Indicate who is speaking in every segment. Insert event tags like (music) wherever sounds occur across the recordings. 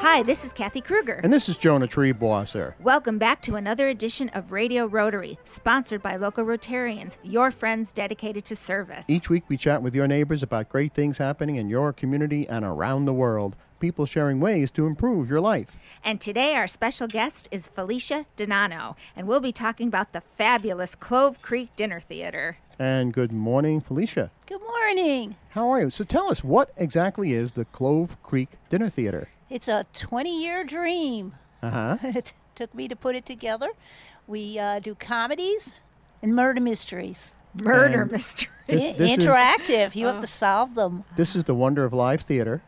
Speaker 1: Hi, this is Kathy Kruger.
Speaker 2: And this is Jonah Treebwasser.
Speaker 1: Welcome back to another edition of Radio Rotary, sponsored by local Rotarians, your friends dedicated to service.
Speaker 2: Each week we chat with your neighbors about great things happening in your community and around the world, people sharing ways to improve your life.
Speaker 1: And today our special guest is Felicia Donano, and we'll be talking about the fabulous Clove Creek Dinner Theater.
Speaker 2: And good morning, Felicia.
Speaker 3: Good morning.
Speaker 2: How are you? So tell us, what exactly is the Clove Creek Dinner Theater?
Speaker 3: It's a 20 year dream. (laughs)
Speaker 2: Uh huh.
Speaker 3: it took me to put it together. We uh, do comedies and murder mysteries.
Speaker 1: Murder
Speaker 2: And-
Speaker 1: mystery.
Speaker 2: This-
Speaker 3: I-
Speaker 2: this is- Oh.
Speaker 3: Interactive. you have to solve them.
Speaker 2: This is the wonder of live theater.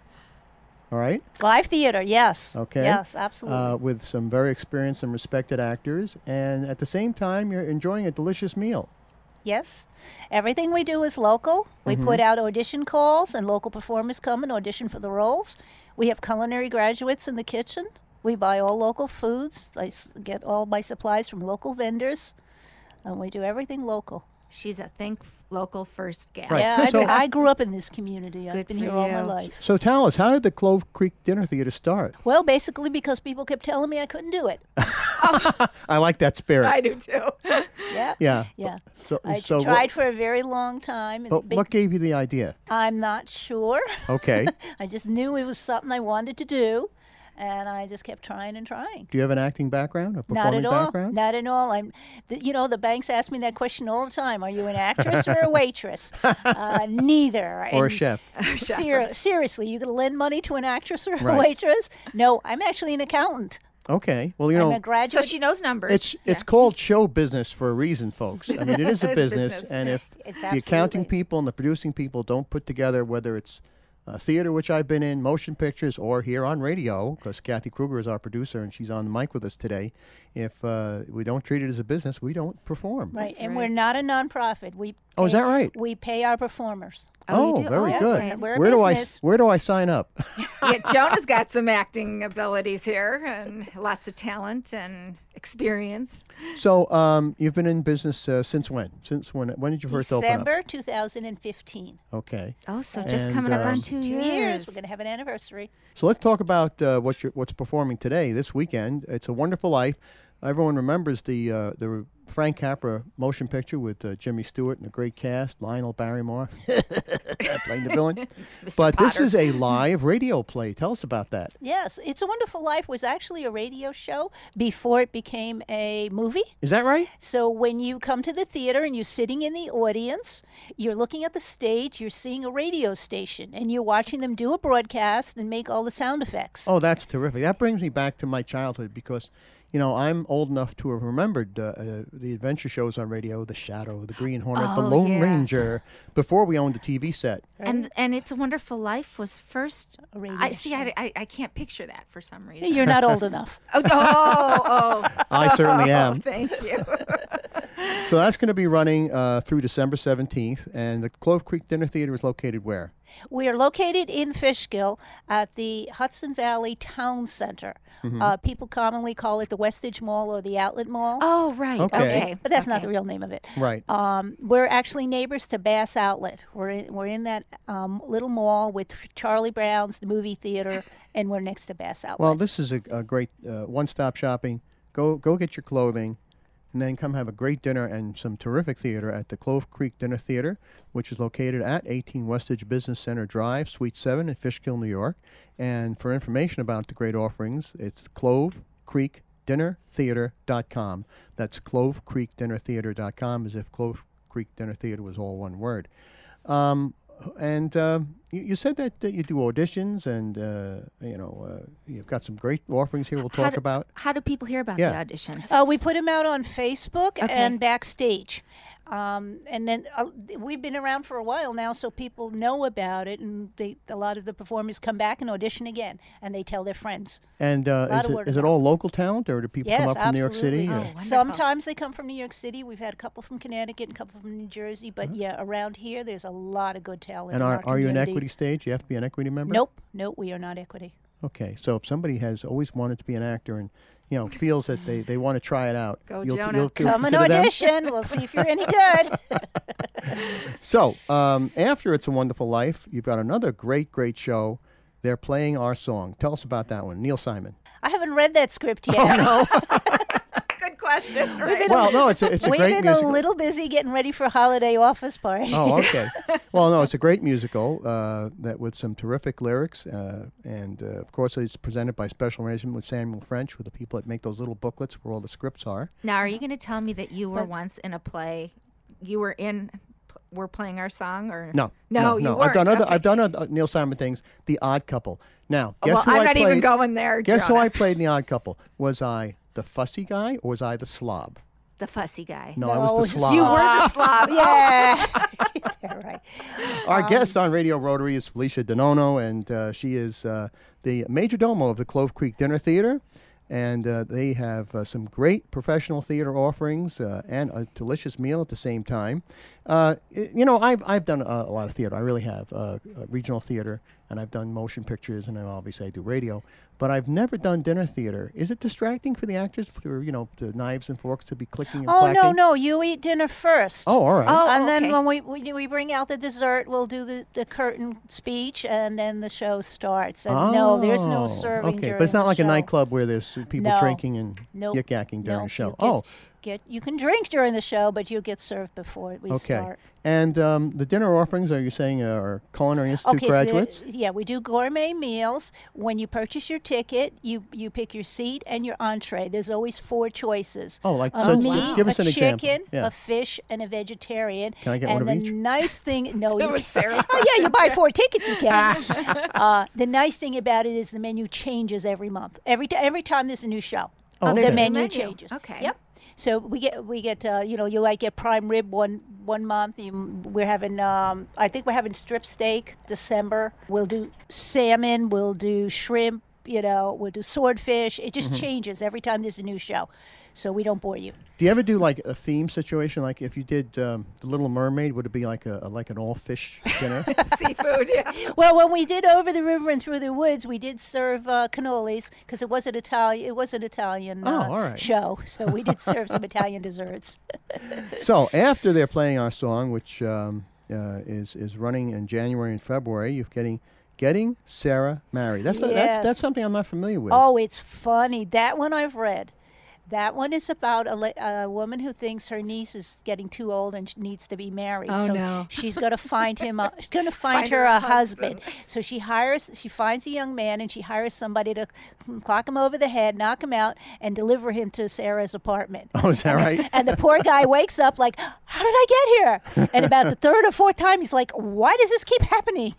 Speaker 2: All right.
Speaker 3: Live theater, yes.
Speaker 2: Okay.
Speaker 3: Yes,
Speaker 2: Uh,
Speaker 3: absolutely.
Speaker 2: with some very experienced and respected actors, and at the same time, you're enjoying a delicious meal.
Speaker 3: yes. Everything we do is local. We
Speaker 2: Mm-hmm.
Speaker 3: put out audition calls, and local performers come and audition for the roles. We have culinary graduates in the kitchen. We buy all local foods. I s- get all my supplies from local vendors, and we do everything local.
Speaker 1: She's a think local first gal.
Speaker 2: Right.
Speaker 3: Yeah, I,
Speaker 2: (laughs) So-
Speaker 3: I grew up in this community.
Speaker 1: Good
Speaker 3: I've been
Speaker 1: for
Speaker 3: here all my
Speaker 1: you.
Speaker 3: life.
Speaker 2: So tell us, how did the Clove Creek Dinner Theater start?
Speaker 3: Well, basically because people kept telling me I couldn't do
Speaker 2: (laughs)
Speaker 3: it.
Speaker 2: I like that spirit.
Speaker 1: I do too.
Speaker 3: Yeah.
Speaker 2: yeah.
Speaker 3: Yeah.
Speaker 2: So,
Speaker 3: I
Speaker 2: so
Speaker 3: tried
Speaker 2: what,
Speaker 3: for a very long time. And
Speaker 2: but
Speaker 3: big-
Speaker 2: what gave you the idea?
Speaker 3: I'm not sure. (laughs)
Speaker 2: Okay.
Speaker 3: I just knew it was something I wanted to do, and I just kept trying and trying.
Speaker 2: Do you have an acting background, a
Speaker 3: Not
Speaker 2: performing
Speaker 3: at all.
Speaker 2: background?
Speaker 3: Not at all. I'm, th- you know, the banks ask me that question all the time. Are you an actress or
Speaker 2: (laughs)
Speaker 3: a waitress? Uh, neither.
Speaker 2: Or a
Speaker 3: And (laughs)
Speaker 2: chef? (laughs)
Speaker 3: Ser- seriously, you can lend money to an actress or a
Speaker 2: Right.
Speaker 3: waitress? No, I'm actually an accountant.
Speaker 2: Okay. Well, you
Speaker 3: I'm
Speaker 2: know,
Speaker 3: a
Speaker 1: (laughs)
Speaker 3: graduate.
Speaker 1: so she knows numbers.
Speaker 2: it's it's called show business for a reason, folks. I mean, it
Speaker 3: (laughs)
Speaker 2: is a business, and if
Speaker 3: It's
Speaker 2: the accounting
Speaker 3: absolutely-
Speaker 2: people and the producing people don't put together whether it's uh, theater, which I've been in, motion pictures, or here on radio, because Kathy Kruger is our producer and she's on the mic with us today. If uh, we don't treat it as a business, we don't perform.
Speaker 3: Right,
Speaker 1: That's
Speaker 3: and
Speaker 1: right.
Speaker 3: we're not a nonprofit. We
Speaker 2: Oh, is
Speaker 3: pay-
Speaker 2: that right?
Speaker 3: We pay our performers.
Speaker 1: Oh,
Speaker 2: Oh,
Speaker 1: you do?
Speaker 2: very
Speaker 1: Oh,
Speaker 2: good.
Speaker 1: okay.
Speaker 3: We're a
Speaker 2: Where do I s-
Speaker 3: business.
Speaker 2: where do I sign up? (laughs)
Speaker 1: yeah, Jonah's got some acting abilities here and lots of talent and experience.
Speaker 2: so um, you've been in business uh, since when? Since when? When did you first open
Speaker 3: December 2015.
Speaker 2: up? Okay.
Speaker 1: Oh, so
Speaker 2: just And, coming up um, on
Speaker 1: two
Speaker 3: Two years. We're going to have an anniversary.
Speaker 2: So let's talk about uh, what you're, what's performing today, this weekend. It's a Wonderful Life. Everyone remembers the uh, the Frank Capra motion picture with uh, Jimmy Stewart and a great cast, Lionel Barrymore playing the villain.
Speaker 1: Mr.
Speaker 2: but this
Speaker 1: Potter.
Speaker 2: is a live radio play. Tell us about that.
Speaker 3: Yes, It's a Wonderful Life was actually a radio show before it became a movie.
Speaker 2: Is that right?
Speaker 3: So when you come to the theater and you're sitting in the audience, you're looking at the stage, you're seeing a radio station, and you're watching them do a broadcast and make all the sound effects.
Speaker 2: Oh, that's terrific. That brings me back to my childhood because, you know, I'm old enough to have remembered uh, uh, the adventure shows on radio, The Shadow, The Green Hornet, The
Speaker 1: Oh,
Speaker 2: Lone
Speaker 1: yeah.
Speaker 2: Ranger, before we owned a TV
Speaker 1: (laughs)
Speaker 2: set.
Speaker 1: And and it's a Wonderful Life was first.
Speaker 3: A radio
Speaker 1: I see. I, I, I can't picture that for some reason.
Speaker 3: You're not old enough.
Speaker 1: oh, oh, oh,
Speaker 2: (laughs) I certainly
Speaker 1: oh,
Speaker 2: am.
Speaker 1: Thank you. Oh,
Speaker 2: So that's going to be running uh, through December 17th, and the Clove Creek Dinner Theater is located where?
Speaker 3: We are located in Fishkill at the Hudson Valley Town Center. Uh, people commonly call it the Westedge Mall or the Outlet Mall,
Speaker 1: (laughs) Oh, right.
Speaker 2: Okay.
Speaker 1: Okay.
Speaker 3: but that's not the real name of it.
Speaker 2: Right.
Speaker 3: Um, we're actually neighbors to Bass Outlet. We're in, we're in that um, little mall with Charlie Brown's, the movie theater, and we're next to Bass Outlet.
Speaker 2: Well, this is a, a great uh, one-stop shopping. Go go get your clothing, and then come have a great dinner and some terrific theater at the Clove Creek Dinner Theater, which is located at 18 Westage Business Center Drive, Suite 7 in Fishkill, New York. And for information about the great offerings, it's Clove Creek Dinner Theater.com. That's Clove Creek Dinner Theater.com, as if Clove Creek Dinner Theater was all one word. Um, and um, you, you said that, that you do auditions, and uh, you know uh, you've got some great offerings here. We'll
Speaker 1: How
Speaker 2: talk
Speaker 1: do-
Speaker 2: about.
Speaker 1: How do people hear about
Speaker 2: Yeah.
Speaker 1: the
Speaker 3: (laughs)
Speaker 1: auditions?
Speaker 3: Uh, we put them out on Facebook
Speaker 1: Okay.
Speaker 3: and backstage. Um, and then uh, we've been around for a while now, so people know about it, and they, a lot of the performers come back and audition again, and they tell their friends.
Speaker 2: And uh,
Speaker 3: lot
Speaker 2: is,
Speaker 3: of
Speaker 2: it,
Speaker 3: word
Speaker 2: is
Speaker 3: of
Speaker 2: it all local talent, or do people come
Speaker 3: Yes,
Speaker 2: up from New York City?
Speaker 3: absolutely.
Speaker 2: or-
Speaker 1: Oh, wonderful.
Speaker 3: Sometimes they come from New York City. We've had a couple from Connecticut, and a couple from New Jersey, but yeah, around here, there's a lot of good talent.
Speaker 2: Mm-hmm. and
Speaker 3: in
Speaker 2: are,
Speaker 3: our
Speaker 2: are you an
Speaker 3: community.
Speaker 2: equity stage? You have to be an equity member.
Speaker 3: Nope, nope, we are not equity.
Speaker 2: Okay, so if somebody has always wanted to be an actor and you know feels that they, they want to try it out,
Speaker 1: Go,
Speaker 2: you'll,
Speaker 1: Jonah.
Speaker 2: you'll- you'll
Speaker 3: Come and
Speaker 2: consider them?
Speaker 3: audition. We'll see if you're
Speaker 2: (laughs)
Speaker 3: any good.
Speaker 2: So um, after it's a wonderful life, you've got another great great show. They're playing our song. Tell us about that one, Neil Simon.
Speaker 3: I haven't read that script
Speaker 2: Oh,
Speaker 3: yet.
Speaker 1: Good question. Right.
Speaker 2: Well, no, it's a, it's a
Speaker 3: We've
Speaker 2: great
Speaker 3: been
Speaker 2: musical.
Speaker 3: a little busy getting ready for holiday office (laughs) party.
Speaker 2: Oh, okay. well, no, it's a great musical uh, that with some terrific lyrics, uh, and uh, of course it's presented by special arrangement with Samuel French, with the people that make those little booklets where all the scripts are.
Speaker 1: Now, are you going to tell me that you were once in a play? You were in, p- were playing our song, or
Speaker 2: No,
Speaker 1: no,
Speaker 2: no,
Speaker 1: you
Speaker 2: no.
Speaker 1: weren't.
Speaker 2: I've done other,
Speaker 1: Okay. Uh,
Speaker 2: I've done other Neil Simon things. The Odd Couple. Now, guess
Speaker 1: well,
Speaker 2: who
Speaker 1: I'm
Speaker 2: I
Speaker 1: not even
Speaker 2: played-
Speaker 1: going there.
Speaker 2: Guess who
Speaker 1: Jonah.
Speaker 2: I played in The Odd Couple? Was I the fussy guy or was I the slob?
Speaker 1: The fussy guy.
Speaker 2: No, I was the
Speaker 3: No,
Speaker 2: slob.
Speaker 1: You were the slob.
Speaker 2: (laughs)
Speaker 3: yeah. (laughs) Yeah, right.
Speaker 2: Our
Speaker 3: Um,
Speaker 2: guest on Radio Rotary is Felicia Denono, and uh, she is uh, the major domo of the Clove Creek Dinner Theater. And uh, they have uh, some great professional theater offerings uh, and a delicious meal at the same time. Uh, y- you know, I've, I've done a, a lot of theater. I really have uh, uh, regional theater, and I've done motion pictures, and I obviously I do radio. But I've never done dinner theater. Is it distracting for the actors for you know the knives and forks to be clicking and
Speaker 3: Oh,
Speaker 2: clacking?
Speaker 3: no, no. You eat dinner first.
Speaker 2: Oh, all right.
Speaker 1: Oh,
Speaker 3: and then
Speaker 1: okay.
Speaker 3: when we, we we bring out the dessert, we'll do the, the curtain speech, and then the show starts. And no, there's
Speaker 2: Oh,
Speaker 3: no
Speaker 2: Okay,
Speaker 3: serving.
Speaker 2: but
Speaker 3: during
Speaker 2: it's not
Speaker 3: the
Speaker 2: like a
Speaker 3: show.
Speaker 2: nightclub where there's people
Speaker 3: No.
Speaker 2: drinking and
Speaker 3: Nope.
Speaker 2: yik yakking during
Speaker 3: Nope,
Speaker 2: the show.
Speaker 3: you
Speaker 2: oh,
Speaker 3: Get you can drink during the show, but you get served before we
Speaker 2: okay.
Speaker 3: start.
Speaker 2: And um, the dinner offerings are you saying are culinary institute
Speaker 3: okay,
Speaker 2: graduates?
Speaker 3: So the- yeah, we do gourmet meals. When you purchase your ticket, you you pick your seat and your entree. There's always four choices.
Speaker 2: Oh, like-
Speaker 3: a
Speaker 2: so gi-
Speaker 3: meat,
Speaker 2: give us
Speaker 3: a
Speaker 2: an
Speaker 3: chicken,
Speaker 2: example. Yeah.
Speaker 3: a fish, and a vegetarian.
Speaker 2: Can I get
Speaker 3: and
Speaker 2: one of
Speaker 3: the
Speaker 2: each?
Speaker 3: nice
Speaker 2: (laughs)
Speaker 3: thing, no,
Speaker 1: That
Speaker 3: you
Speaker 1: was
Speaker 3: can't.
Speaker 1: Sarah's
Speaker 3: oh yeah, you buy four tickets, you can. uh, the nice thing about it is the menu changes every month. Every t- every time there's a new show,
Speaker 2: Oh,
Speaker 1: there's
Speaker 3: the
Speaker 1: a new
Speaker 2: okay.
Speaker 3: menu,
Speaker 1: menu.
Speaker 3: changes.
Speaker 1: Okay.
Speaker 3: Yep. So we get we get uh, you know you like get prime rib one one month. You, we're having um, I think we're having strip steak December. We'll do salmon. We'll do shrimp. You know we'll do swordfish. It just changes every time there's a new show, so we don't bore you.
Speaker 2: Do you ever do like a theme situation? Like if you did um, the Little Mermaid, would it be like a, a- like an all fish dinner?
Speaker 3: (laughs)
Speaker 1: Seafood. Yeah.
Speaker 3: Well, when we did over the river and through the woods, we did serve uh, cannolis because it was an Italian. It was an Italian
Speaker 2: Oh,
Speaker 3: uh,
Speaker 2: all right.
Speaker 3: show, so we did serve some Italian desserts.
Speaker 2: so after they're playing our song, which um, uh, is is running in January and February, you're getting getting Sarah married. That's that's
Speaker 3: Yes.
Speaker 2: that's something I'm not familiar with.
Speaker 3: Oh, it's funny. That one I've read. That one is about a, la- a woman who thinks her niece is getting too old and she needs to be married.
Speaker 1: Oh,
Speaker 3: so
Speaker 1: no.
Speaker 3: she's going to find him. A, she's going to find,
Speaker 1: Find
Speaker 3: her
Speaker 1: her
Speaker 3: a
Speaker 1: a
Speaker 3: husband. So she hires. She finds a young man and she hires somebody to clock him over the head, knock him out, and deliver him to Sarah's apartment.
Speaker 2: (laughs) Oh, is that
Speaker 3: (laughs)
Speaker 2: right?
Speaker 3: And the poor guy wakes up like, "How did I get here?" And about the third or fourth time, he's like, "Why does this keep happening?"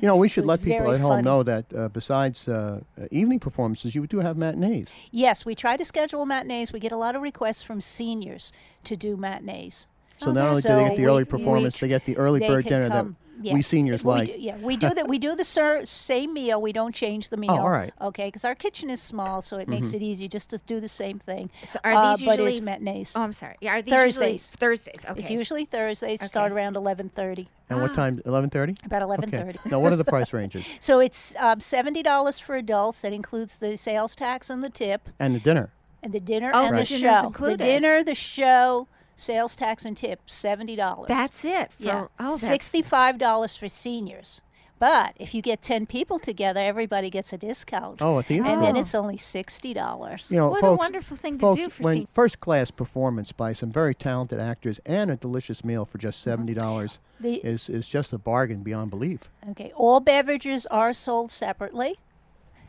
Speaker 2: You know, we should
Speaker 3: was
Speaker 2: let people
Speaker 3: very
Speaker 2: at home
Speaker 3: funny.
Speaker 2: know that uh, besides uh, uh, evening performances, you do have matinees.
Speaker 3: Yes, we try to schedule matinees. We get a lot of requests from seniors to do matinees.
Speaker 2: So not only do they get the
Speaker 3: Oh, So
Speaker 2: early
Speaker 3: we-
Speaker 2: performance, they
Speaker 3: we-
Speaker 2: get the early
Speaker 3: they
Speaker 2: bird
Speaker 3: could
Speaker 2: dinner
Speaker 3: come.
Speaker 2: that
Speaker 3: Yeah.
Speaker 2: we seniors
Speaker 3: We
Speaker 2: like.
Speaker 3: do- yeah, we do that. We do the ser- same meal. We don't change the meal.
Speaker 2: Oh, all right. Mm-hmm.
Speaker 3: Okay, because our kitchen is small, so it makes it easy just to do the same thing.
Speaker 1: So are
Speaker 3: Uh,
Speaker 1: these
Speaker 3: But
Speaker 1: usually-
Speaker 3: it's matinees.
Speaker 1: Oh, I'm sorry. Yeah, are these
Speaker 3: Thursdays.
Speaker 1: usually Thursdays? Okay.
Speaker 3: It's usually Thursdays. Start
Speaker 1: Okay.
Speaker 3: around eleven thirty.
Speaker 2: And what time? Eleven thirty.
Speaker 3: About eleven thirty.
Speaker 2: Now, what are the price
Speaker 3: (laughs)
Speaker 2: ranges
Speaker 3: So it's um, seventy dollars for adults. That includes the sales tax and the tip.
Speaker 2: and the dinner?
Speaker 3: And the dinner
Speaker 1: Oh,
Speaker 3: and
Speaker 1: the
Speaker 3: the
Speaker 1: dinner's
Speaker 3: show.
Speaker 1: included.
Speaker 3: The dinner, the show, sales tax and tip, seventy dollars.
Speaker 1: That's it. For,
Speaker 3: yeah.
Speaker 1: Oh, that's-
Speaker 3: sixty-five dollars for seniors. But if you get ten people together, everybody gets a discount.
Speaker 2: Oh, at the
Speaker 3: and then
Speaker 2: oh.
Speaker 3: it's only sixty dollars.
Speaker 2: you know,
Speaker 1: What a
Speaker 2: folks,
Speaker 1: wonderful thing to
Speaker 2: folks,
Speaker 1: do for
Speaker 2: when
Speaker 1: seniors.
Speaker 2: first class performance by some very talented actors and a delicious meal for just seventy dollars
Speaker 3: The-
Speaker 2: is is just a bargain beyond belief.
Speaker 3: Okay, all beverages are sold separately.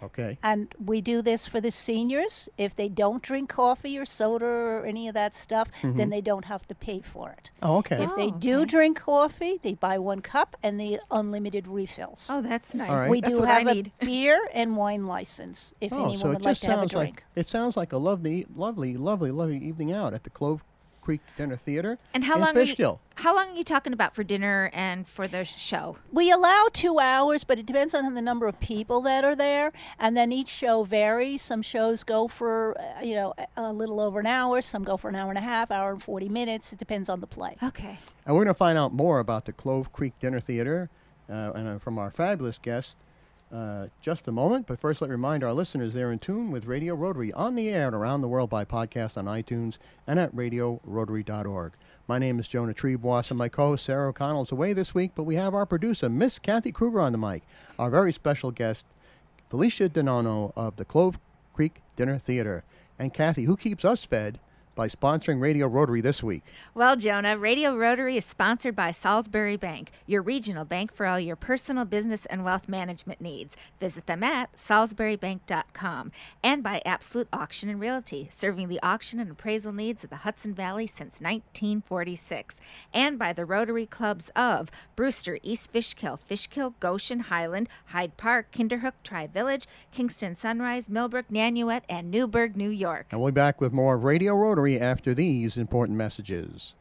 Speaker 2: Okay.
Speaker 3: And we do this for the seniors. If they don't drink coffee or soda or any of that stuff, then they don't have to pay for it.
Speaker 2: Oh, okay.
Speaker 3: If they
Speaker 1: Oh,
Speaker 3: do drink coffee, they buy one cup and they unlimited refills.
Speaker 1: Oh, that's nice.
Speaker 2: right.
Speaker 3: We
Speaker 1: That's
Speaker 3: do
Speaker 1: what
Speaker 3: have
Speaker 1: I
Speaker 3: a
Speaker 2: (laughs)
Speaker 1: need.
Speaker 3: beer and wine license if
Speaker 2: Oh,
Speaker 3: anyone
Speaker 2: so it
Speaker 3: would
Speaker 2: just
Speaker 3: like to have a
Speaker 2: sounds
Speaker 3: drink.
Speaker 2: like it sounds like a lovely, lovely, lovely, lovely evening out at the Clove Creek Dinner Theater.
Speaker 1: And how
Speaker 2: in
Speaker 1: long? Are you,
Speaker 2: Fishkill.
Speaker 1: how long are you talking about for dinner and for the show?
Speaker 3: we allow two hours, but it depends on the number of people that are there, and then each show varies. Some shows go for uh, you know a- a little over an hour, some go for an hour and a half, hour and forty minutes. It depends on the play.
Speaker 1: Okay.
Speaker 2: And we're going to find out more about the Clove Creek Dinner Theater uh, and uh, from our fabulous guest, uh, just a moment. But first, let me remind our listeners they're in tune with Radio Rotary on the air and around the world by podcast on iTunes and at radiorotary.org. My name is Jonah Trebois, and my co host Sarah O'Connell is away this week, but we have our producer, Miss Kathy Kruger, on the mic. Our very special guest, Felicia Donano of the Clove Creek Dinner Theater. And Kathy, who keeps us fed by sponsoring Radio Rotary this week?
Speaker 1: Well, Jonah, Radio Rotary is sponsored by Salisbury Bank, your regional bank for all your personal, business, and wealth management needs. Visit them at salisburybank.com and by Absolute Auction and Realty, serving the auction and appraisal needs of the Hudson Valley since 1946, and by the Rotary Clubs of Brewster, East Fishkill, Fishkill, Goshen, Highland, Hyde Park, Kinderhook, Tri Village, Kingston Sunrise, Millbrook, Nanuet, and Newburgh, New York.
Speaker 2: And we'll be back with more Radio Rotary after these important messages.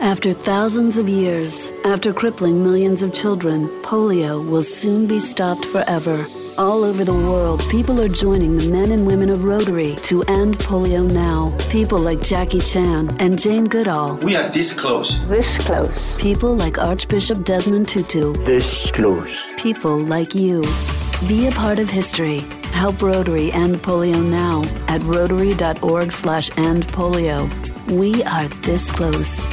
Speaker 4: After thousands of years, after crippling millions of children, polio will soon be stopped forever. All over the world, people are joining the men and women of Rotary to end polio now. People like Jackie Chan and Jane Goodall.
Speaker 5: We are this close.
Speaker 6: This close.
Speaker 4: People like Archbishop Desmond Tutu.
Speaker 5: This close.
Speaker 4: People like you. Be a part of history. Help Rotary end polio now at rotary.org slash end polio. We are this close.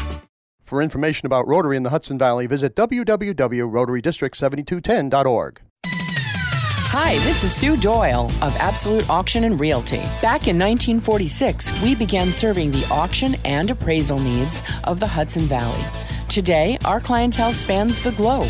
Speaker 2: For information about Rotary in the Hudson Valley, visit www.rotarydistrict7210.org.
Speaker 7: Hi, this is Sue Doyle of Absolute Auction and Realty. Back in 1946, we began serving the auction and appraisal needs of the Hudson Valley. Today, our clientele spans the globe,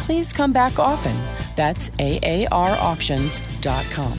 Speaker 7: please come back often. That's aarauctions.com.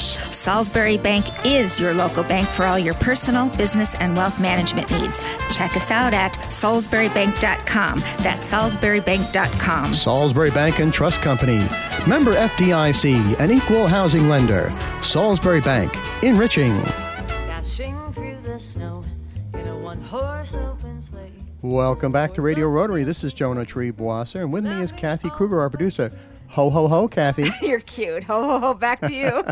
Speaker 1: Salisbury Bank is your local bank for all your personal, business, and wealth management needs. Check us out at salisburybank.com. That's salisburybank.com.
Speaker 2: Salisbury Bank and Trust Company, member FDIC, an equal housing lender. Salisbury Bank, enriching. Welcome back to Radio Rotary. This is Jonah Treeboiser, and with me is Kathy Kruger, our producer. Ho, ho, ho, Kathy.
Speaker 1: You're cute. Ho, ho, ho. Back to (laughs) you.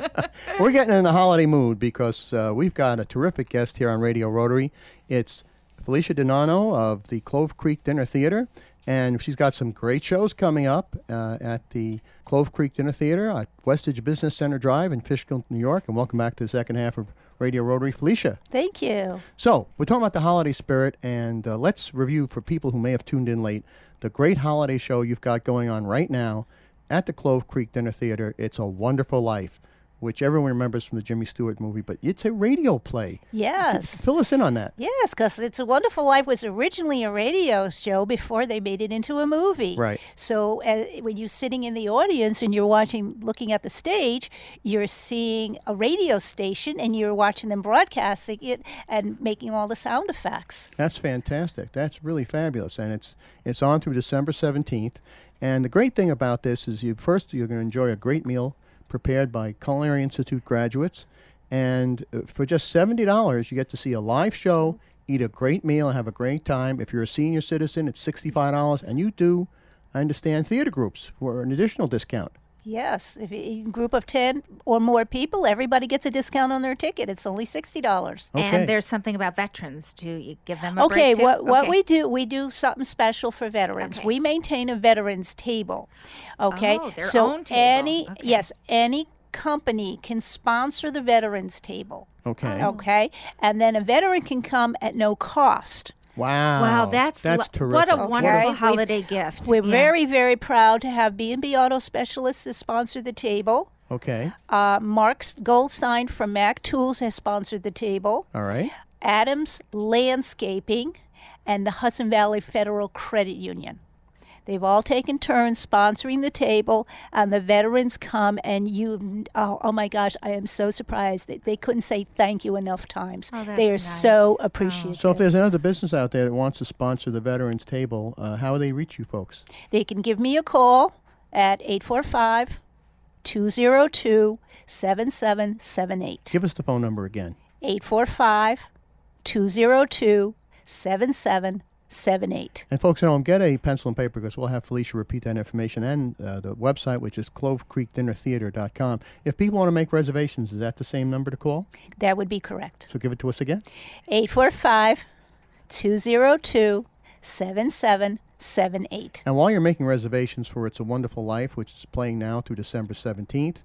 Speaker 2: We're getting in a holiday mood because uh, we've got a terrific guest here on Radio Rotary. It's Felicia Donano of the Clove Creek Dinner Theater, and she's got some great shows coming up uh, at the Clove Creek Dinner Theater at Westage Business Center Drive in Fishkill, New York. And welcome back to the second half of Radio Rotary, Felicia.
Speaker 3: Thank you.
Speaker 2: So, we're talking about the holiday spirit, and uh, let's review for people who may have tuned in late the great holiday show you've got going on right now at the Clove Creek Dinner Theater. It's a Wonderful Life, which everyone remembers from the Jimmy Stewart movie, but it's a radio play.
Speaker 3: Yes.
Speaker 2: Fill us in on that.
Speaker 3: Yes, because It's a Wonderful Life was originally a radio show before they made it into a movie.
Speaker 2: Right.
Speaker 3: So uh, when you're sitting in the audience and you're watching, looking at the stage, you're seeing a radio station and you're watching them broadcasting it and making all the sound effects.
Speaker 2: That's fantastic. That's really fabulous, and it's it's on through December seventeenth. And the great thing about this is you first you're going to enjoy a great meal prepared by Culinary Institute graduates, and uh, for just seventy dollars you get to see a live show, eat a great meal, and have a great time. If you're a senior citizen, it's sixty five dollars, and you do, I understand, theater groups for an additional discount.
Speaker 3: Yes, if a group of 10 or more people, everybody gets a discount on their ticket. It's only $60.
Speaker 2: Okay.
Speaker 1: And there's something about veterans. Do you give them a
Speaker 3: okay,
Speaker 1: break too?
Speaker 3: what what
Speaker 1: Okay.
Speaker 3: we do, we do something special for veterans.
Speaker 1: Okay.
Speaker 3: We maintain a veterans table. Okay?
Speaker 1: Oh, their
Speaker 3: so
Speaker 1: own table.
Speaker 3: any
Speaker 1: Okay.
Speaker 3: yes, any company can sponsor the veterans table.
Speaker 1: Oh.
Speaker 2: Okay.
Speaker 3: Okay? And then a veteran can come at no cost.
Speaker 2: Wow.
Speaker 1: Wow, that's,
Speaker 2: that's
Speaker 1: lo-
Speaker 2: terrific.
Speaker 1: What a
Speaker 3: Okay.
Speaker 1: wonderful
Speaker 3: We-
Speaker 1: holiday gift.
Speaker 3: We're
Speaker 1: Yeah.
Speaker 3: very, very proud to have B&B Auto Specialists as sponsor the table.
Speaker 2: Okay.
Speaker 3: Uh, Mark Goldstein from Mac Tools has sponsored the table.
Speaker 2: All right.
Speaker 3: Adams Landscaping, and the Hudson Valley Federal Credit Union. They've all taken turns sponsoring the table, and the veterans come and you. Oh, oh my gosh, I am so surprised that they couldn't say thank you enough times.
Speaker 1: Oh,
Speaker 3: they are
Speaker 1: that's
Speaker 3: so
Speaker 1: nice. Oh.
Speaker 3: appreciative.
Speaker 2: So if there's another business out there that wants to sponsor the Veterans Table, uh, how do they reach you folks?
Speaker 3: they can give me a call at 845 202 7778.
Speaker 2: Give us the phone number again.
Speaker 3: 845 202 7778.
Speaker 2: And folks at home, get a pencil and paper because we'll have Felicia repeat that information and uh, the website, which is clovecreekdinnertheater.com. If people want to make reservations, is that the same number to call?
Speaker 3: That would be correct.
Speaker 2: So give it to us again.
Speaker 3: 845 202 7778.
Speaker 2: And while you're making reservations for It's a Wonderful Life, which is playing now through December 17th,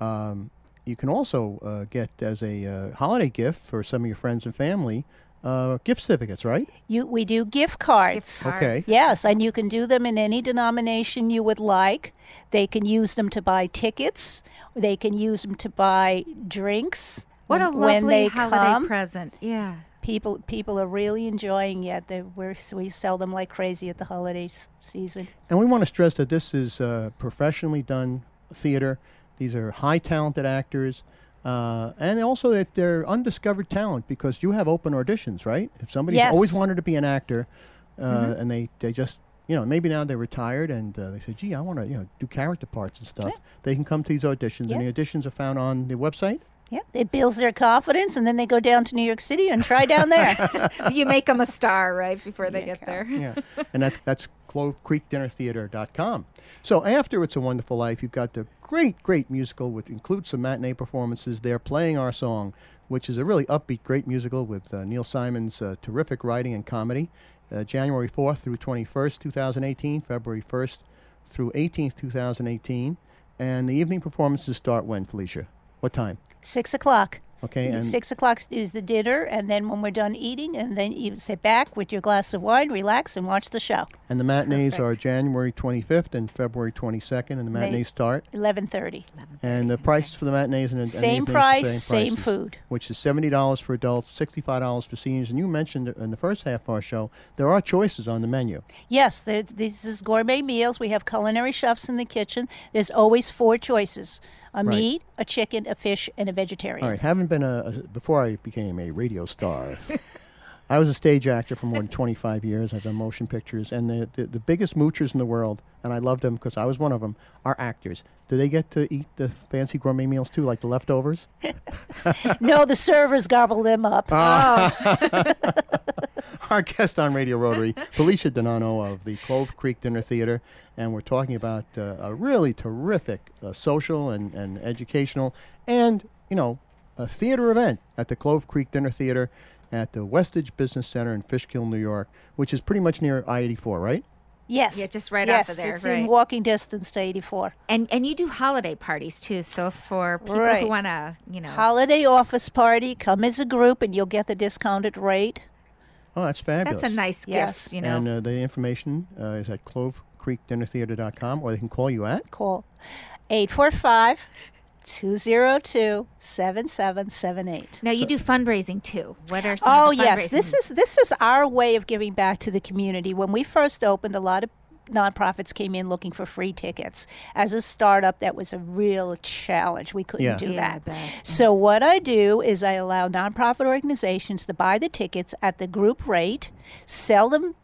Speaker 2: um, you can also uh, get as a uh, holiday gift for some of your friends and family uh, gift certificates, right?
Speaker 3: You, we do gift cards.
Speaker 1: Gift cards.
Speaker 2: Okay.
Speaker 3: Yes, and you can do them in any denomination you would like. They can use them to buy tickets, they can use them to buy drinks.
Speaker 1: What a
Speaker 3: when-
Speaker 1: lovely
Speaker 3: when they
Speaker 1: holiday
Speaker 3: come.
Speaker 1: present. Yeah.
Speaker 3: people people are really enjoying it. They, we're, we sell them like crazy at the holiday s- season.
Speaker 2: And we want to stress that this is uh, professionally done theater. These are high talented actors. Uh, and also that they're undiscovered talent because you have open auditions, right? If somebody's
Speaker 3: Yes. Mm-hmm.
Speaker 2: always wanted to be an actor uh, and they, they just, you know, maybe now they're retired and uh, they say, gee, I want to, you know, do character parts and stuff. They can come to these auditions and
Speaker 3: Yeah.
Speaker 2: the auditions are found on the website.
Speaker 3: Yeah, it builds their confidence, and then they go down to New York City and try
Speaker 1: (laughs)
Speaker 3: down there.
Speaker 1: you make them a star right before they get there.
Speaker 2: yeah. And that's that's clovecreekdinnertheater.com. So after It's a Wonderful Life, you've got the great, great musical which includes some matinee performances. They're playing our song, which is a really upbeat, great musical with uh, Neil Simon's uh, terrific writing and comedy. Uh, January 4th through 21st, 2018, February 1st through 18th, 2018. And the evening performances start when, Felicia? What time?
Speaker 3: Six o'clock.
Speaker 2: Okay, and-
Speaker 3: Six o'clock is the dinner, and then when we're done eating, and then you sit back with your glass of wine, relax, and watch the show.
Speaker 2: And the matinees are January 25th and February 22nd, and the matinees start
Speaker 3: Eleven thirty.
Speaker 2: And the prices for the matinees and the and the
Speaker 3: Same
Speaker 2: evenings are
Speaker 3: price,
Speaker 2: the
Speaker 3: same
Speaker 2: prices,
Speaker 3: food.
Speaker 2: which is seventy dollars for adults, sixty-five dollars for seniors. And you mentioned in the first half of our show there are choices on the menu.
Speaker 3: Yes, there, this is gourmet meals. We have culinary chefs in the kitchen. There's always four choices: a
Speaker 2: Right.
Speaker 3: meat, a chicken, a fish, and a vegetarian.
Speaker 2: All right, haven't been a, a before I became a radio
Speaker 3: (laughs)
Speaker 2: star. I was a stage actor for more than 25 years. I've done motion pictures, and the, the, the biggest moochers in the world, and I love them because I was one of them, are actors. Do they get to eat the fancy gourmet meals too, like the leftovers?
Speaker 3: (laughs) No, the servers gobble them up.
Speaker 2: Ah. our guest on Radio
Speaker 1: (laughs)
Speaker 2: Rotary, Felicia Donano of the Clove Creek Dinner Theater, and we're talking about uh, a really terrific uh, social and, and educational and, you know, a theater event at the Clove Creek Dinner Theater at the Westage Business Center in Fishkill, New York, which is pretty much near I 84, right?
Speaker 3: yes.
Speaker 1: Yeah, just right
Speaker 3: yes,
Speaker 1: off of there,
Speaker 3: It's
Speaker 1: right.
Speaker 3: in walking distance to 84.
Speaker 1: And and you do holiday parties too. So for people
Speaker 3: Right.
Speaker 1: who want to, you know,
Speaker 3: Holiday office party. Come as a group, and you'll get the discounted rate.
Speaker 2: Oh, that's fabulous.
Speaker 1: that's a nice
Speaker 3: Yes.
Speaker 1: gift, you know.
Speaker 2: And uh, the information uh, is at clovecreekdinnertheater.com, or they can call you at.
Speaker 3: Call 845 202 7778.
Speaker 1: now you do fundraising too. What are some
Speaker 3: Oh
Speaker 1: of the
Speaker 3: yes, this
Speaker 1: fundraising-
Speaker 3: is this is our way of giving back to the community. When we first opened, a lot of nonprofits came in looking for free tickets. As a startup, that was a real challenge. We couldn't
Speaker 2: Yeah.
Speaker 3: do
Speaker 1: Yeah, I
Speaker 3: that.
Speaker 1: bet.
Speaker 3: So what I do is I allow nonprofit organizations to buy the tickets at the group rate, sell them,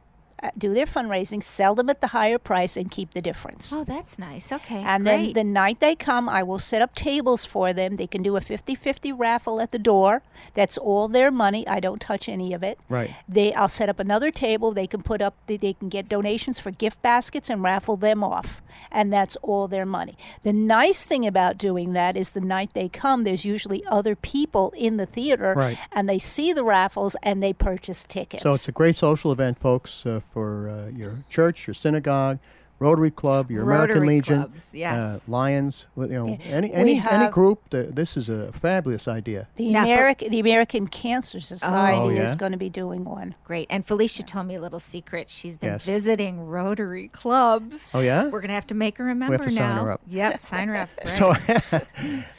Speaker 3: uh, do their fundraising, sell them at the higher price, and keep the difference.
Speaker 1: Oh, that's nice. Okay.
Speaker 3: And
Speaker 1: great.
Speaker 3: then the night they come, I will set up tables for them. They can do a 50 50 raffle at the door. That's all their money. I don't touch any of it.
Speaker 2: Right.
Speaker 3: They, I'll set up another table. They can put up, they, they can get donations for gift baskets and raffle them off. And that's all their money. The nice thing about doing that is the night they come, there's usually other people in the theater
Speaker 2: Right.
Speaker 3: and they see the raffles and they purchase tickets.
Speaker 2: So it's a great social event, folks, uh, for uh, your church, your synagogue, Rotary Club, your American
Speaker 1: Rotary
Speaker 2: Legion,
Speaker 1: clubs, yes. Eh,
Speaker 2: uh, Lions, wh- you know, any any
Speaker 3: we
Speaker 2: any
Speaker 3: have-
Speaker 2: group. That, this is a fabulous idea.
Speaker 3: The
Speaker 1: Now, for-
Speaker 3: American the American Cancer Society
Speaker 2: Oh, yeah?
Speaker 3: is going to be doing one.
Speaker 1: Great. And Felicia told me a little secret. She's been
Speaker 2: Yes.
Speaker 1: visiting Rotary clubs.
Speaker 2: Oh yeah.
Speaker 1: We're going to have to make her a
Speaker 2: have
Speaker 1: member
Speaker 2: to sign
Speaker 1: now.
Speaker 2: her up.
Speaker 1: Yep, sign her up. Right.
Speaker 2: (laughs) So, uh,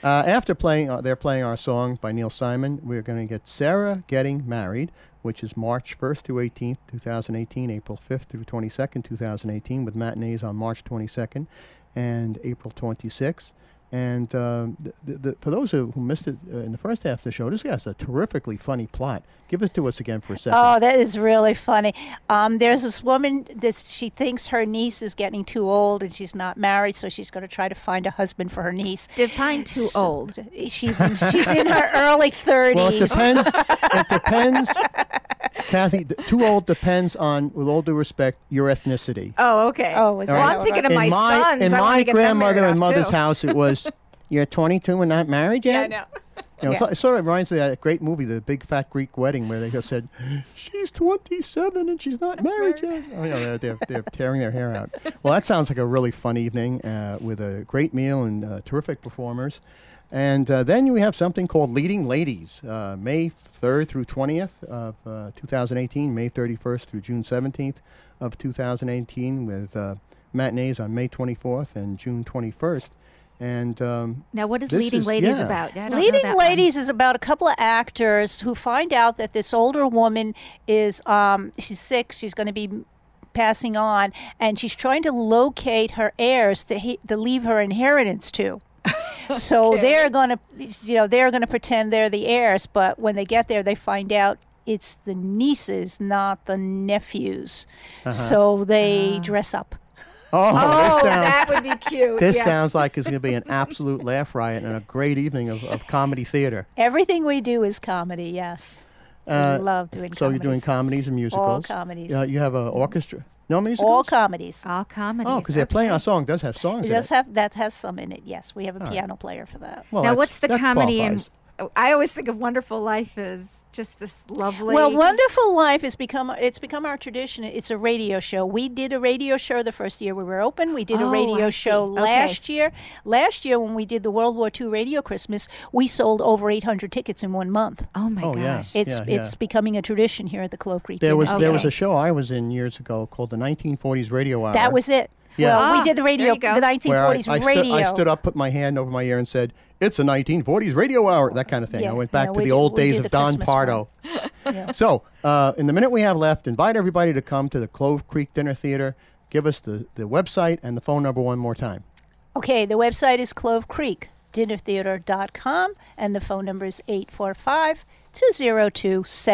Speaker 2: after playing, uh, they're playing our song by Neil Simon. We're going to get Sarah Getting Married, which is March 1st through 18th, 2018, April 5th through 22nd, 2018, with matinees on March 22nd and April 26th. And um, th- th- th- for those who who missed it uh, in the first half of the show, this guy's a terrifically funny plot. Give it to us again for a second.
Speaker 3: Oh, that is really funny. Um, there's this woman that she thinks her niece is getting too old and she's not married, so she's going to try to find a husband for her niece.
Speaker 1: Define too
Speaker 3: So-
Speaker 1: old.
Speaker 3: She's in, she's in her early 30s.
Speaker 2: Well, it depends. it depends. Kathy, d- too old depends on, with all due respect, your ethnicity.
Speaker 1: Oh, okay.
Speaker 3: Oh, is
Speaker 1: well,
Speaker 3: that
Speaker 1: I'm
Speaker 3: all
Speaker 1: thinking of
Speaker 2: in
Speaker 1: my, sons.
Speaker 2: in
Speaker 1: I wanna
Speaker 2: my
Speaker 1: get them married
Speaker 2: grandmother
Speaker 1: off,
Speaker 2: and mother's
Speaker 1: too.
Speaker 2: house,
Speaker 1: (laughs)
Speaker 2: it was you're 22 and not married
Speaker 1: Yeah, I
Speaker 2: yet.
Speaker 1: know.
Speaker 2: You know,
Speaker 3: Yeah.
Speaker 2: so- it sort of reminds me of that great movie, The Big Fat Greek Wedding, where they just said, (laughs) "She's 27 and she's not married yet." Oh, yeah, they're, they're, they're tearing their hair out. Well, that sounds like a really fun evening uh, with a great meal and uh, terrific performers. And uh, then we have something called Leading Ladies, uh, May 3rd through 20th of uh, 2018, May 31st through June 17th of 2018, with uh, matinees on May 24th and June 21st. And um,
Speaker 1: Now, what is
Speaker 2: This
Speaker 1: Leading
Speaker 2: is-
Speaker 1: Ladies
Speaker 2: yeah.
Speaker 1: about? I don't know
Speaker 3: Leading
Speaker 1: that one.
Speaker 3: Ladies is about a couple of actors who find out that this older woman is um, she's sick. She's going to be passing on, and she's trying to locate her heirs to he- to leave her inheritance
Speaker 1: (laughs)
Speaker 3: to. So they're going to, you know, they're going to pretend they're the heirs, but when they get there, they find out it's the nieces, not the nephews.
Speaker 1: Uh-huh.
Speaker 3: So they dress up.
Speaker 2: oh,
Speaker 1: Oh,
Speaker 2: this sounds
Speaker 1: that would be cute.
Speaker 2: This
Speaker 1: yes.
Speaker 2: sounds like it's going to be an absolute laugh riot and a great evening of, of comedy theater.
Speaker 3: Everything we do is comedy. Yes,
Speaker 2: Uh,
Speaker 3: we love doing.
Speaker 2: so you're doing
Speaker 3: comedies.
Speaker 2: comedies and musicals.
Speaker 3: comedies.
Speaker 2: Uh, you have an orchestra. No musicals.
Speaker 3: all comedies.
Speaker 1: all comedy.
Speaker 2: Oh, because they're playing our song. Does have songs.
Speaker 3: It
Speaker 2: in
Speaker 3: does
Speaker 2: it.
Speaker 3: have that has some in it. Yes, we have a piano player for that.
Speaker 2: Well,
Speaker 1: now,
Speaker 2: that's-
Speaker 1: what's the
Speaker 2: that
Speaker 1: comedy? in-
Speaker 2: qualifies.
Speaker 1: oh, I always think of Wonderful Life as just this lovely.
Speaker 3: Well, Wonderful Life has become it's become our tradition. It's a radio show. We did a radio show the first year we were open. We did
Speaker 1: Oh,
Speaker 3: a radio
Speaker 1: I
Speaker 3: show
Speaker 1: see. Okay.
Speaker 3: last year. Last year when we did the World War II Radio Christmas, we sold over 800 tickets in one month.
Speaker 1: Oh my
Speaker 2: Oh, yeah.
Speaker 1: gosh.
Speaker 3: It's
Speaker 2: Yeah, yeah.
Speaker 3: it's becoming a tradition here at the Clove Creek.
Speaker 2: There
Speaker 3: Dinner.
Speaker 2: was there was
Speaker 1: Okay.
Speaker 2: a show I was in years ago called the 1940s Radio Hour.
Speaker 3: that was it.
Speaker 2: Yeah.
Speaker 3: Well,
Speaker 1: Ah,
Speaker 3: we did the
Speaker 1: there
Speaker 3: radio,
Speaker 1: you go.
Speaker 3: the
Speaker 2: where I,
Speaker 3: 1940s
Speaker 2: I stood,
Speaker 3: radio.
Speaker 2: I stood up, put my hand over my ear, and said, "It's a 1940s Radio Hour." That kind of thing. I
Speaker 3: Yeah,
Speaker 2: went back
Speaker 3: yeah,
Speaker 2: to
Speaker 3: we
Speaker 2: the
Speaker 3: do-
Speaker 2: old
Speaker 3: we do
Speaker 2: days
Speaker 3: the
Speaker 2: of Don
Speaker 3: Christmas
Speaker 2: Pardo.
Speaker 3: (laughs)
Speaker 2: So, uh, in the minute we have left, invite everybody to come to the Clove Creek Dinner Theater. Give us the, the website and the phone number one more time.
Speaker 3: Okay, the website is Clove Creek dinnertheater.com and the phone number is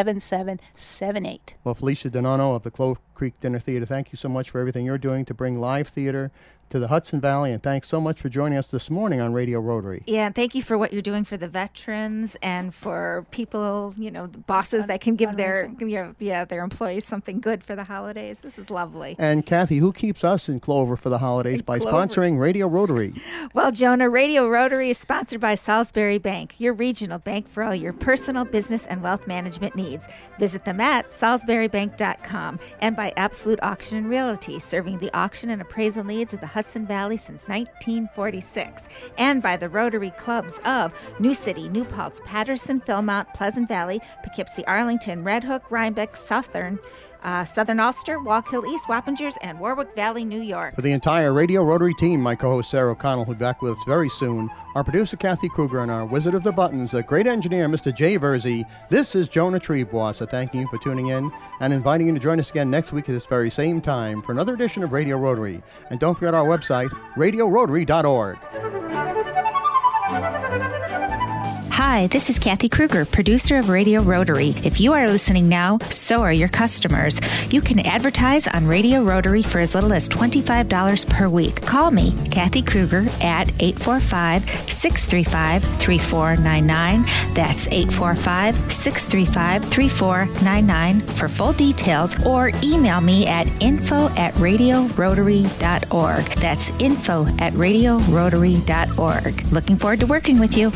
Speaker 3: 845-202-7778.
Speaker 2: Well, Felicia Donato of the Clove Creek Dinner Theater, thank you so much for everything you're doing to bring live theater to the Hudson Valley, and thanks so much for joining us this morning on Radio Rotary.
Speaker 1: Yeah, and thank you for what you're doing for the veterans and for people, you know, the bosses that can give their, you know, yeah, their employees something good for the holidays. This is lovely.
Speaker 2: And Kathy, who keeps us in Clover for the holidays by
Speaker 1: Clover.
Speaker 2: sponsoring Radio Rotary?
Speaker 1: Well, Jonah, Radio Rotary is sponsored by Salisbury Bank, your regional bank for all your personal, business, and wealth management needs. Visit them at salisburybank.com and by Absolute Auction and Realty, serving the auction and appraisal needs of the Hudson Valley since 1946. And by the Rotary Clubs of New City, New Paltz, Patterson, Philmont, Pleasant Valley, Poughkeepsie, Arlington, Red Hook, Rhinebeck, Southern, uh, Southern Ulster, Walk Hill East, Wappingers, and Warwick Valley, New York.
Speaker 2: For the entire Radio Rotary team, my co host Sarah O'Connell will be back with us very soon, our producer Kathy Kruger, and our Wizard of the Buttons, the great engineer Mr. Jay Verzi. This is Jonah Treebossa thanking you for tuning in and inviting you to join us again next week at this very same time for another edition of Radio Rotary. And don't forget our website, radiorotary.org.
Speaker 1: Hi, this is Kathy Kruger, producer of Radio Rotary. If you are listening now, so are your customers. You can advertise on Radio Rotary for as little as $25 per week. Call me, Kathy Kruger, at 845 635 3499. That's 845 635 3499 for full details or email me at info at radiorotary.org. That's info at radiorotary.org. Looking forward to working with you.